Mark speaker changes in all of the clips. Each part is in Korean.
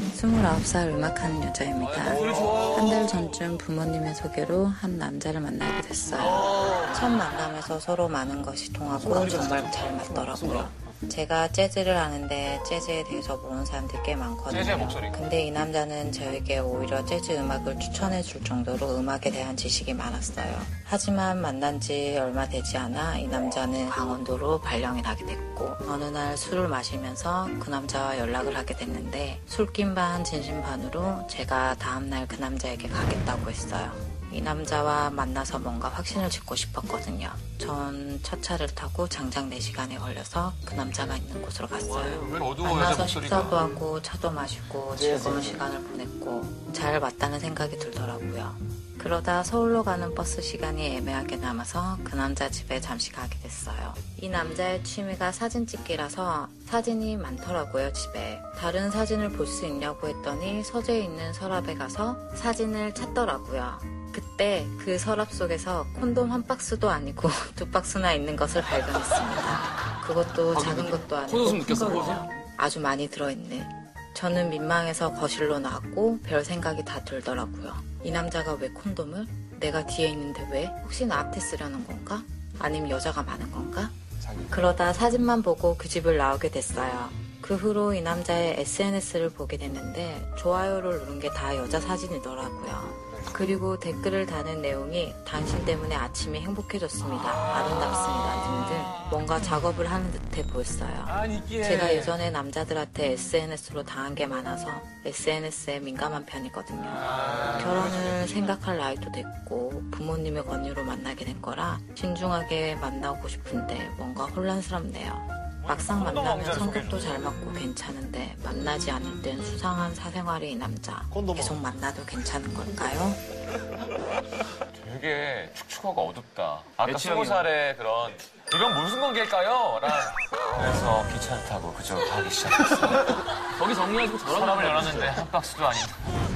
Speaker 1: 29살 음악하는 여자입니다. 한 달 전쯤 부모님의 소개로 한 남자를 만나게 됐어요. 첫 만남에서 서로 많은 것이 통하고 정말 잘 맞더라고요. 제가 재즈를 하는데 재즈에 대해서 모르는 사람들이 꽤
Speaker 2: 재즈의
Speaker 1: 많거든요.
Speaker 2: 목소리.
Speaker 1: 근데 이 남자는 저에게 오히려 재즈 음악을 추천해 줄 정도로 음악에 대한 지식이 많았어요. 하지만 만난 지 얼마 되지 않아 이 남자는 강원도로 발령이 나게 됐고 어느 날 술을 마시면서 그 남자와 연락을 하게 됐는데 술김 반 진심 반으로 제가 다음날 그 남자에게 가겠다고 했어요. 이 남자와 만나서 뭔가 확신을 짓고 싶었거든요. 전 첫 차를 타고 장장 4시간에 걸려서 그 남자가 있는 곳으로 갔어요.
Speaker 2: 왜 어두워 여자
Speaker 1: 만나서 식사도
Speaker 2: 목소리가
Speaker 1: 하고 차도 마시고 즐거운 시간을 보냈고 잘 맞다는 생각이 들더라고요. 그러다 서울로 가는 버스 시간이 애매하게 남아서 그 남자 집에 잠시 가게 됐어요. 이 남자의 취미가 사진 찍기라서 사진이 많더라고요, 집에. 다른 사진을 볼 수 있냐고 했더니 서재에 있는 서랍에 가서 사진을 찾더라고요. 그때 그 서랍 속에서 콘돔 한 박스도 아니고 두 박스나 있는 것을 발견했습니다. 그것도 작은 것도 아니고
Speaker 3: 코웃음 느꼈어,
Speaker 1: 큰
Speaker 3: 코웃음?
Speaker 1: 거예요. 아주 많이 들어있네. 저는 민망해서 거실로 나왔고 별 생각이 다 들더라고요. 이 남자가 왜 콘돔을? 내가 뒤에 있는데 왜? 혹시 나한테 쓰려는 건가? 아님 여자가 많은 건가? 그러다 사진만 보고 그 집을 나오게 됐어요. 그 후로 이 남자의 SNS를 보게 됐는데 좋아요를 누른 게 다 여자 사진이더라고요. 그리고 댓글을 다는 내용이 당신 때문에 아침이 행복해졌습니다. 아름답습니다. 등등 뭔가 작업을 하는 듯해 보였어요. 제가 예전에 남자들한테 SNS로 당한 게 많아서 SNS에 민감한 편이거든요.
Speaker 2: 아,
Speaker 1: 아, 결혼을 생각할 나이도 됐고 부모님의 권유로 만나게 된 거라 신중하게 만나고 싶은데 뭔가 혼란스럽네요. 막상 만나면 성격도 잘 맞고 괜찮은데 만나지 않을 땐 수상한 사생활이 이 남자. 계속 만나도 괜찮은 걸까요?
Speaker 2: 되게 축축하고 어둡다 아까
Speaker 3: 애취형이네.
Speaker 2: 20살의 그런 이건 무슨 관계일까요? 랑 그래서 귀찮다고 그저 가기 시작했어
Speaker 3: 거기 정리하시고 저랑
Speaker 2: 서랍을
Speaker 3: 나면
Speaker 2: 열었는데 한 박스도 아닌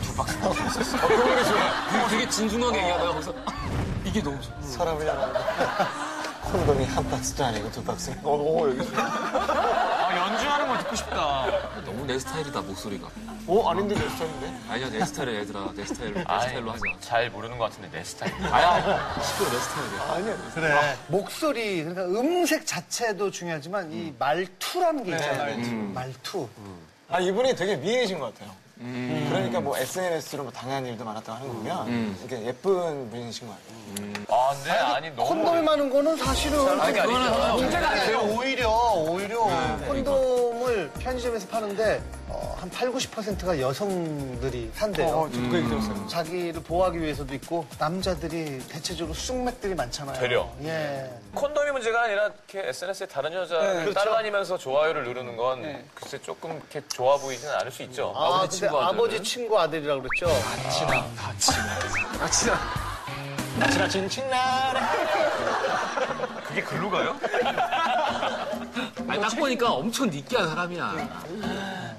Speaker 2: 두 박스
Speaker 3: 되게 진중하게 얘기하다가 거기서 이게 너무 좋아.
Speaker 4: 사람이 하나 콘돔이 한 박스도 아니고 두 박스. 어, 어 여기.
Speaker 2: 아 연주하는 걸 듣고 싶다
Speaker 3: 너무 내 스타일이다, 목소리가.
Speaker 4: 어 아닌데 몇 살인데?
Speaker 3: 아니야, 내 스타일이야, 얘들아. 내 스타일로, 내 스타일로 하자.
Speaker 2: 잘 모르는 것 같은데 내 스타일
Speaker 3: 아야, 시끄러, 내 스타일이야.
Speaker 4: 아니야.
Speaker 5: 그래. 목소리, 그러니까 음색 자체도 중요하지만 이 말투라는 게 있잖아요. 음. 말투.
Speaker 4: 아 이분이 되게 미인이신 것 같아요. 그러니까 뭐 SNS로 뭐 당한 일도 많았다고 하는 거면 이렇게 예쁜 분이신 것 같아요.
Speaker 2: 아 근데 아니
Speaker 5: 콘돔이
Speaker 2: 너무
Speaker 5: 많은 거는 사실은 문제가 아니에요. 오히려, 오히려 콘돔을 편의점에서 파는데 어, 한 8, 90%가 여성들이 산대요.
Speaker 4: 어, 저그 얘기 들었어요.
Speaker 5: 자기를 보호하기 위해서도 있고 남자들이 대체적으로 쑥맥들이 많잖아요.
Speaker 2: 되려.
Speaker 5: 예.
Speaker 2: 콘돔이 문제가 아니라 이렇게 SNS에 다른 여자를 그 따라다니면서 좋아요를 누르는 건 글쎄 조금 이렇게 좋아 보이지는 않을 수 있죠
Speaker 5: 아,
Speaker 2: 아버지
Speaker 5: 근데
Speaker 2: 친구 아들
Speaker 5: 아버지 친구 아들이라고 그랬죠?
Speaker 4: 지나 진친나래.
Speaker 2: 그게 글로 가요?
Speaker 3: 아니, 딱 보니까 엄청 느끼한 사람이야.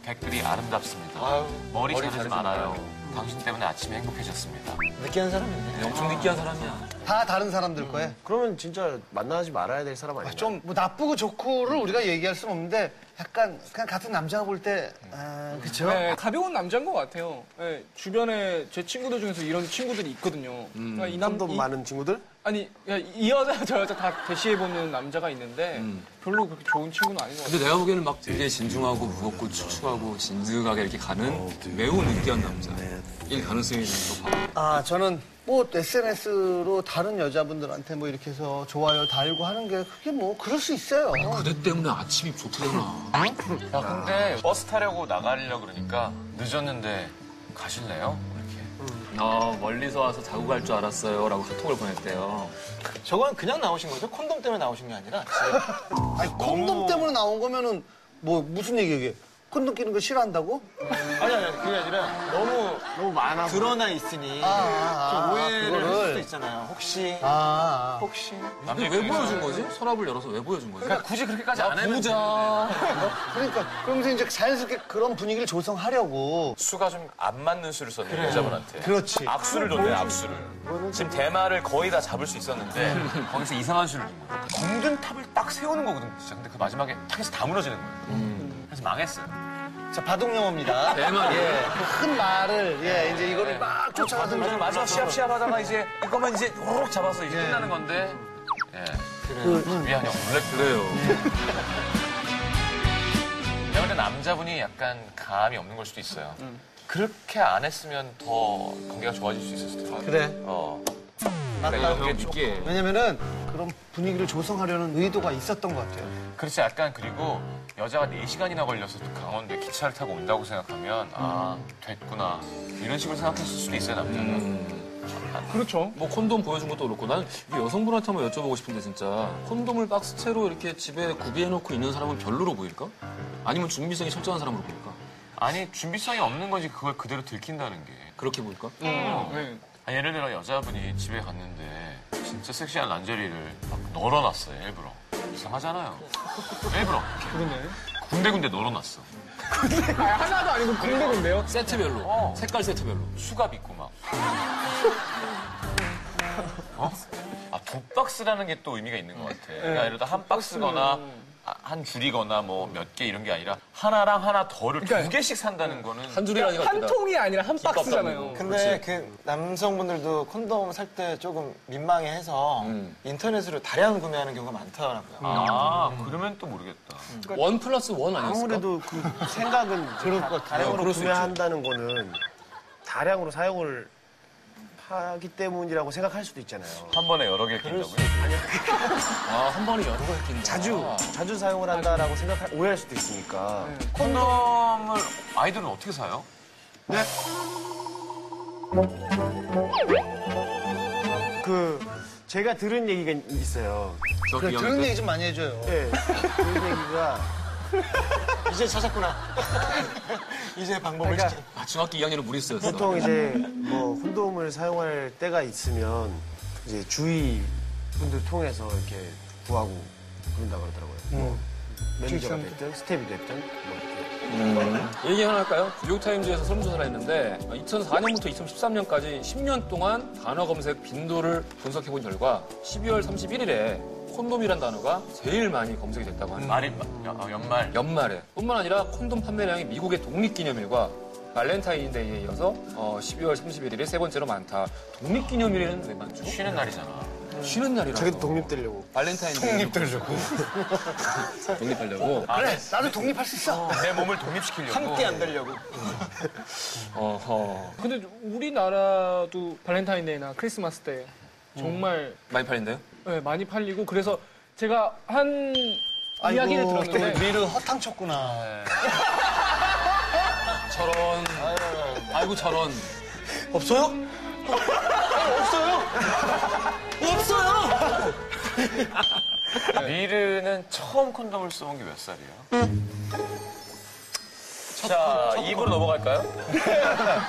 Speaker 2: 댓글이 아름답습니다.
Speaker 4: 아유,
Speaker 2: 머리, 자르지 말아요. 당신 때문에 아침에 행복해졌습니다.
Speaker 4: 느끼한 사람이네.
Speaker 3: 엄청 느끼한 사람이야.
Speaker 5: 다 다른 사람들 거에.
Speaker 6: 음, 그러면 진짜 만나지 말아야 될 사람 아니야?
Speaker 5: 좀 뭐 나쁘고 좋고를 우리가 얘기할 수는 없는데 약간 그냥 같은 남자가 볼 때, 아, 그쵸?
Speaker 7: 네, 가벼운 남자인 것 같아요. 네, 주변에 제 친구들 중에서 이런 친구들이 있거든요.
Speaker 3: 음.
Speaker 7: 그러니까 이 남-
Speaker 6: 콘돔
Speaker 7: 이-
Speaker 6: 많은 친구들?
Speaker 7: 아니 야, 이 여자 저 여자 다 대시해 보는 남자가 있는데 별로 그렇게 좋은 친구는 아닌 것 같아요.
Speaker 3: 음. 근데 내가 보기에는 막 되게 진중하고 무겁고 축축하고 진득하게 이렇게
Speaker 2: 어, 네.
Speaker 3: 가는 매우 느끼한 남자. 일 가능성이 좀 높아.
Speaker 5: 아, 저는 뭐 SNS로 다른 여자분들한테 뭐 이렇게 해서 좋아요 달고 하는 게 그게 뭐 그럴 수 있어요.
Speaker 4: 아,
Speaker 3: 그대 때문에 아침이 좋대잖아.
Speaker 2: 야, 근데 버스 타려고 나가려고 그러니까 늦었는데 가실래요? 이렇게.
Speaker 3: 어, 멀리서 와서 자고 갈 줄 알았어요. 라고 카톡을 보냈대요.
Speaker 4: 저건 그냥 나오신 거죠? 콘돔 때문에 나오신 게 아니라.
Speaker 5: 아니, 콘돔
Speaker 4: 어.
Speaker 5: 때문에 나온 거면은 뭐 무슨 얘기 이게? 콘돔 끼는 거 싫어한다고?
Speaker 4: 아니 아니 아니, 그게 아니라 너무 너무 많아. 드러나 있으니
Speaker 5: 아, 아, 아,
Speaker 4: 좀 오해를
Speaker 5: 그거를.
Speaker 4: 할 수도 있잖아요. 혹시
Speaker 5: 아, 아.
Speaker 4: 혹시
Speaker 3: 근데 왜 보여준 거지? 서랍을 열어서 왜 보여준 거지?
Speaker 2: 그러니까 굳이 그렇게까지 안 해도
Speaker 5: 그러니까 그러면서 이제 자연스럽게 그런 분위기를 조성하려고.
Speaker 2: 수가 좀 안 맞는 수를 썼네, 여자분한테.
Speaker 5: 그렇지.
Speaker 2: 악수를 줬네, 악수를. 지금 대마를 거의 다 잡을 수 있었는데 거기서
Speaker 3: 음.
Speaker 2: 이상한 수를 준 거야. 공든탑을 딱 세우는 거거든, 진짜. 근데 그 마지막에 탁 해서 다 무너지는 거야. 그래서 망했어요.
Speaker 5: 자, 바둑영어입니다.
Speaker 3: 대만.
Speaker 5: 예. 큰 말을, 예, 이제 이거를 막 쫓아가서.
Speaker 2: 그래서 마지막 시합 시합 하다가 이제 이것만 이제 호록 잡아서 이제 끝나는 건데 예. 그래요. 미안해 원래 그래요. 내가 볼때 남자분이 약간 감이 없는 걸 수도 있어요.
Speaker 5: 음.
Speaker 2: 그렇게 안 했으면 더 관계가 좋아질 수 있었을 텐데.
Speaker 5: 그래.
Speaker 2: 어.
Speaker 5: 맞다.
Speaker 2: 이런 게 조금
Speaker 5: 왜냐면은 그런 분위기를 조성하려는 의도가 있었던 것 같아요.
Speaker 2: 그렇지 약간 그리고 여자가 4시간이나 걸려서 또 강원도에 기차를 타고 온다고 생각하면 아
Speaker 5: 음.
Speaker 2: 됐구나 이런 식으로 생각했을 수도 있어요 남자는
Speaker 7: 그렇죠.
Speaker 3: 뭐 콘돔 보여준 것도 그렇고 난 이게 여성분한테 한번 여쭤보고 싶은데 진짜 콘돔을 박스채로 이렇게 집에 구비해놓고 있는 사람은 별로로 보일까? 아니면 준비성이 철저한 사람으로 보일까?
Speaker 2: 아니 준비성이 없는 건지 그걸 그대로 들킨다는 게
Speaker 3: 그렇게 보일까?
Speaker 7: 네.
Speaker 2: 아, 예를 들어 여자분이 집에 갔는데 진짜 섹시한 란제리를 막 널어놨어요 일부러 이상하잖아요 일부러
Speaker 7: 그러네.
Speaker 2: 군데군데 널어놨어
Speaker 7: 아, 하나도 아니고 군데군데요?
Speaker 3: 세트별로
Speaker 2: 어.
Speaker 3: 색깔 세트별로
Speaker 2: 수갑 입고 막 어? 아, 두 박스라는 게 또 의미가
Speaker 7: 네.
Speaker 2: 있는 것 같아. 그러니까 예를 들어 한 박스거나 아, 한 줄이거나 뭐 몇 개 이런 게 아니라 하나랑 하나 더를 두
Speaker 7: 그러니까
Speaker 2: 개씩 산다는 거는
Speaker 3: 한 줄이라니까
Speaker 7: 한
Speaker 3: 웃기다.
Speaker 7: 통이 아니라 한 박스잖아요.
Speaker 4: 근데 그 남성분들도 콘돔 살 때 조금 민망해해서
Speaker 5: 음.
Speaker 4: 인터넷으로 다량 구매하는 경우가 많더라고요.
Speaker 2: 아, 그러면 또 모르겠다.
Speaker 3: 원 플러스 원 아니었을까?
Speaker 6: 아무래도 그 생각은 그럴 것 같아요.
Speaker 3: 그럴
Speaker 6: 다량으로
Speaker 3: 수
Speaker 6: 구매한다는 거는 다량으로 사용을 하기 때문이라고 생각할 수도 있잖아요.
Speaker 2: 한 번에 여러 개 낀다고요?
Speaker 3: 아, 한 번에 여러 개 낀다.
Speaker 6: 자주 자주 사용을 한다라고 생각할 오해할 수도 있으니까.
Speaker 2: 콘돔을 아이들은 어떻게 사요?
Speaker 6: 그 제가 들은 얘기가 있어요.
Speaker 3: 저
Speaker 5: 그래,
Speaker 3: 기억인데?
Speaker 5: 들은 얘기 좀 많이 해줘요.
Speaker 6: 예. 들은 얘기가
Speaker 4: 이제 찾았구나. 이제 방법을
Speaker 6: 그러니까
Speaker 4: 찾
Speaker 3: 아, 중학교 2학년은 무리 쓰였어.
Speaker 6: 보통 이제 뭐 혼돔을 사용할 때가 있으면 이제 주위 분들 통해서 이렇게 구하고 그런다 그러더라고요. 뭐 매니저가 됐든 스텝이 됐든 뭐 이렇게.
Speaker 3: 얘기 하나 할까요? 뉴욕타임즈에서 설문조사를 했는데 2004년부터 2013년까지 10년 동안 단어 검색 빈도를 분석해본 결과 12월 31일에 콘돔이란 단어가 제일 많이 검색이 됐다고 합니다.
Speaker 2: 말이 마- 아, 연말.
Speaker 3: 연말에 뿐만 아니라 콘돔 판매량이 미국의 독립기념일과 발렌타인데이에 이어서 어, 12월 31일이 세 번째로 많다. 독립기념일에는 왜 많죠?
Speaker 2: 쉬는 날이잖아.
Speaker 3: 쉬는 날이라서.
Speaker 6: 자기도 독립되려고.
Speaker 3: 발렌타인데이. 독립되려고. 독립하려고.
Speaker 5: 그래, 네, 나도 독립할 수 있어.
Speaker 2: 내 몸을 독립시키려고.
Speaker 4: 함께 안 되려고.
Speaker 3: 어허.
Speaker 7: 근데 우리나라도 발렌타인데이나 크리스마스 때 정말
Speaker 3: 많이 팔린대요?
Speaker 7: 네, 많이 팔리고 그래서 제가 한 이야기를
Speaker 3: 네.
Speaker 7: 들었는데
Speaker 5: 또 위를 허탕쳤구나.
Speaker 3: 저런. 아이고, 저런.
Speaker 5: 없어요?
Speaker 2: 네. 미르는 처음 콘돔을 써본 게 몇 살이에요? 자, 입으로 넘어갈까요?